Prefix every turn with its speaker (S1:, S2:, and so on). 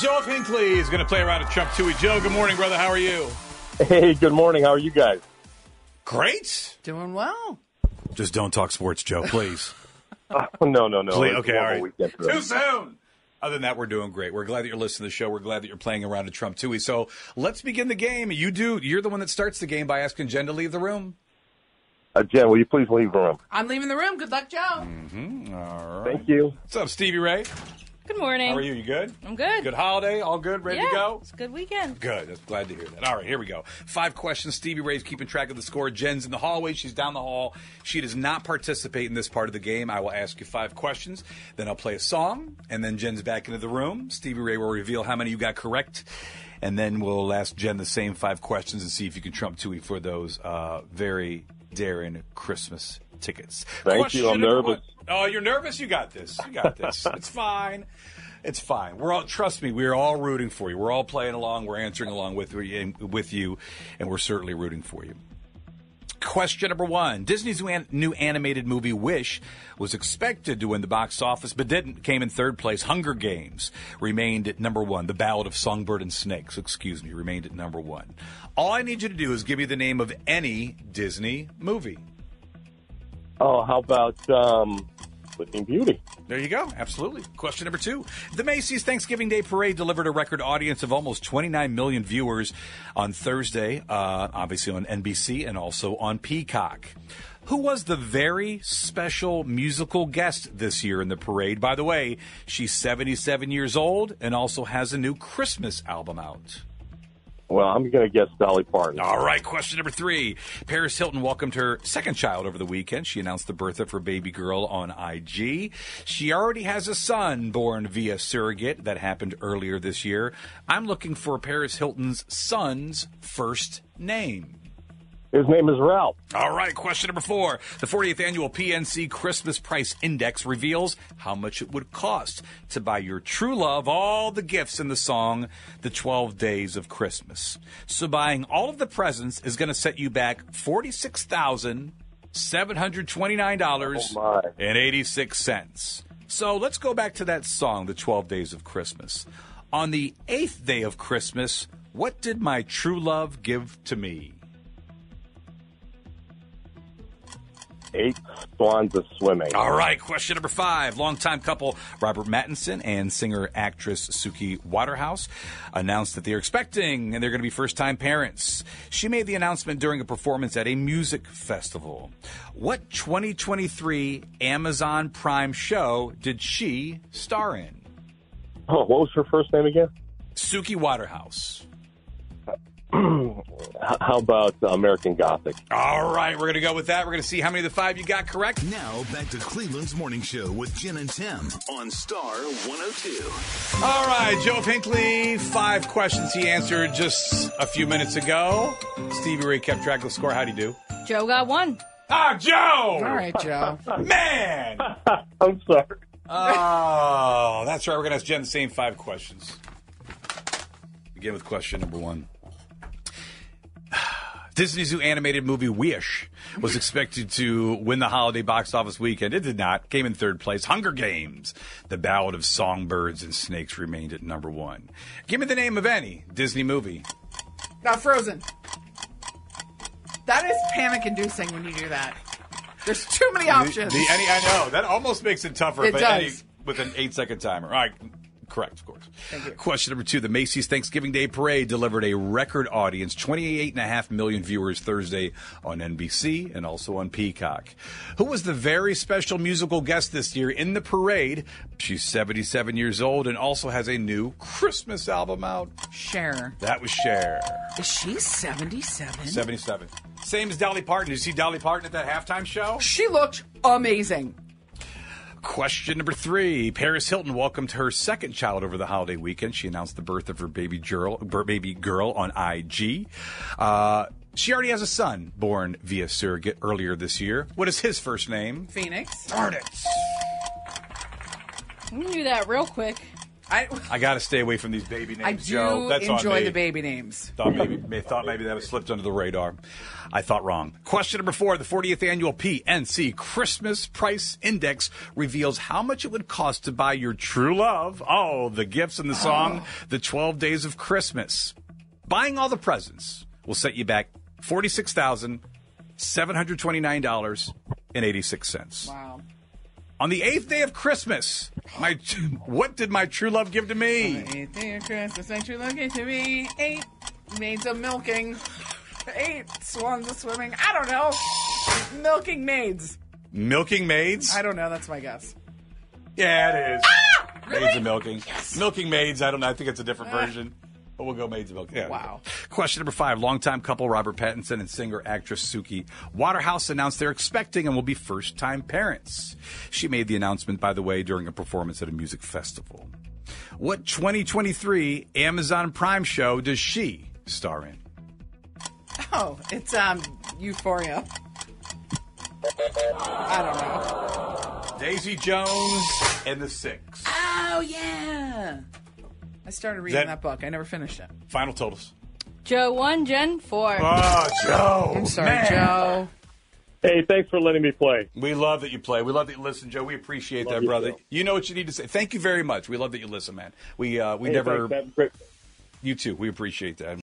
S1: Joe Pinkley is going to play around at Trump Tui. Joe, good morning, brother. How are you?
S2: Hey, good morning. How are you guys?
S1: Great.
S3: Doing well.
S1: Just don't talk sports, Joe, please.
S2: Oh, no, no, no.
S1: Please-
S2: It's
S1: okay,
S2: a
S1: all
S2: horrible
S1: right.
S2: weekend for
S1: Too
S2: us.
S1: soon. Other than that, we're doing great. We're glad that you're listening to the show. We're glad that you're playing around at Trump Tui. So let's begin the game. You do. You're the one that starts the game by asking Jen to leave the room.
S2: Uh, Jen, will you please leave the room?
S3: I'm leaving the room. Good luck, Joe.
S1: All right.
S2: Thank you.
S1: What's up, Stevie Ray?
S4: Good morning.
S1: How are you? You good?
S4: I'm good.
S1: Good holiday. All good. Ready
S4: yeah,
S1: to go?
S4: It's a good weekend.
S1: Good. That's glad to hear that. All right, here we go. Five questions. Stevie Ray's keeping track of the score. Jen's in the hallway. She's down the hall. She does not participate in this part of the game. I will ask you five questions. Then I'll play a song, and then Jen's back into the room. Stevie Ray will reveal how many you got correct, and then we'll ask Jen the same five questions and see if you can trump Tui for those uh, very daring Christmas tickets.
S2: Thank you. I'm
S1: number
S2: nervous.
S1: one. Oh, you're nervous? You got this. You got this. it's fine. It's fine. We're all trust me. We're all rooting for you. We're all playing along. We're answering along with you, with you, and we're certainly rooting for you. Question number one: Disney's new, an- new animated movie Wish was expected to win the box office, but didn't. Came in third place. Hunger Games remained at number one. The Ballad of Songbird and Snakes, excuse me, remained at number one. All I need you to do is give me the name of any Disney movie.
S2: Oh, how about um, Sleeping Beauty?
S1: There you go. Absolutely. Question number two. The Macy's Thanksgiving Day Parade delivered a record audience of almost 29 million viewers on Thursday, uh, obviously on NBC and also on Peacock. Who was the very special musical guest this year in the parade? By the way, she's 77 years old and also has a new Christmas album out.
S2: Well, I'm going to guess Dolly Parton.
S1: All right, question number three. Paris Hilton welcomed her second child over the weekend. She announced the birth of her baby girl on IG. She already has a son born via surrogate that happened earlier this year. I'm looking for Paris Hilton's son's first name.
S2: His name is Ralph.
S1: All right, question number four. The 40th annual PNC Christmas Price Index reveals how much it would cost to buy your true love all the gifts in the song, The 12 Days of Christmas. So buying all of the presents is going to set you back
S2: Oh, my.
S1: $46,729.86. so let's go back to that song, The 12 Days of Christmas. On the eighth day of Christmas, what did my true love give to me?
S2: Eight swans of swimming.
S1: All right, question number five. Longtime couple Robert Mattinson and singer actress Suki Waterhouse announced that they're expecting and they're going to be first time parents. She made the announcement during a performance at a music festival. What 2023 Amazon Prime show did she star in?
S2: Oh, what was her first name again?
S1: Suki Waterhouse.
S2: H- how about uh, American Gothic?
S1: All right, we're going to go with that. We're going to see how many of the five you got correct.
S5: Now back to Cleveland's morning show with Jen and Tim on Star 102.
S1: All right, Joe Pinkley, five questions he answered just a few minutes ago. Stevie Ray kept track of the score. How'd he do?
S4: Joe got one.
S1: Ah, Joe!
S3: All right, Joe.
S1: Man!
S2: I'm sorry.
S1: Oh, that's right. We're going to ask Jen the same five questions. Begin with question number one. Disney's new animated movie Wish was expected to win the holiday box office weekend. It did not. Came in third place. Hunger Games, The Ballad of Songbirds and Snakes remained at number one. Give me the name of any Disney movie.
S3: Now, Frozen. That is panic inducing when you do that. There's too many options.
S1: The, the- any, I know that almost makes it tougher.
S3: It
S1: but
S3: does.
S1: Any, with an eight-second timer. All right. Correct, of course. Question number two. The Macy's Thanksgiving Day Parade delivered a record audience, 28.5 million viewers Thursday on NBC and also on Peacock. Who was the very special musical guest this year in the parade? She's 77 years old and also has a new Christmas album out.
S3: Cher.
S1: That was Cher.
S3: Is she 77?
S1: 77. Same as Dolly Parton. Did you see Dolly Parton at that halftime show?
S3: She looked amazing.
S1: Question number three: Paris Hilton welcomed her second child over the holiday weekend. She announced the birth of her baby girl, bir- baby girl on IG. Uh, she already has a son born via surrogate earlier this year. What is his first name?
S3: Phoenix.
S1: Darn it!
S4: We knew that real quick.
S3: I,
S1: I got to stay away from these baby names,
S3: I do
S1: Joe. That's on
S3: enjoy
S1: me.
S3: the baby names.
S1: Thought maybe, may- thought maybe that was slipped under the radar. I thought wrong. Question number four: The 40th annual PNC Christmas Price Index reveals how much it would cost to buy your true love. Oh, the gifts and the song, the 12 days of Christmas. Buying all the presents will set you back forty-six thousand seven hundred twenty-nine dollars and eighty-six cents.
S3: Wow.
S1: On the eighth day of Christmas, my what did my true love give to me?
S3: Eight day of Christmas, make sure looking to me. Eight maids of milking. Eight swans of swimming. I don't know. Milking maids.
S1: Milking maids.
S3: I don't know. That's my guess.
S1: Yeah, it is. Maids of Milking. Milking Maids, I don't know. I think it's a different version. But we'll go Maids of Milking. Yeah.
S3: Wow.
S1: Question number five. Longtime couple Robert Pattinson and singer actress Suki Waterhouse announced they're expecting and will be first time parents. She made the announcement, by the way, during a performance at a music festival. What 2023 Amazon Prime show does she star in?
S3: Oh, it's um Euphoria. I don't know.
S1: Daisy Jones and the Six.
S3: Oh yeah. I started reading
S1: That-
S3: that, book. I never finished it.
S1: Final totals.
S4: Joe one, Jen four.
S1: Oh, Joe.
S3: I'm sorry,
S1: man.
S3: Joe.
S2: Hey, thanks for letting me play.
S1: We love that you play. We love that you listen, Joe. We appreciate that,
S2: you,
S1: brother.
S2: Joe.
S1: You know what you need to say. Thank you very much. We love that you listen, man. We uh, we
S2: Hey,
S1: never.
S2: thanks. Have a great-
S1: You too. We appreciate that.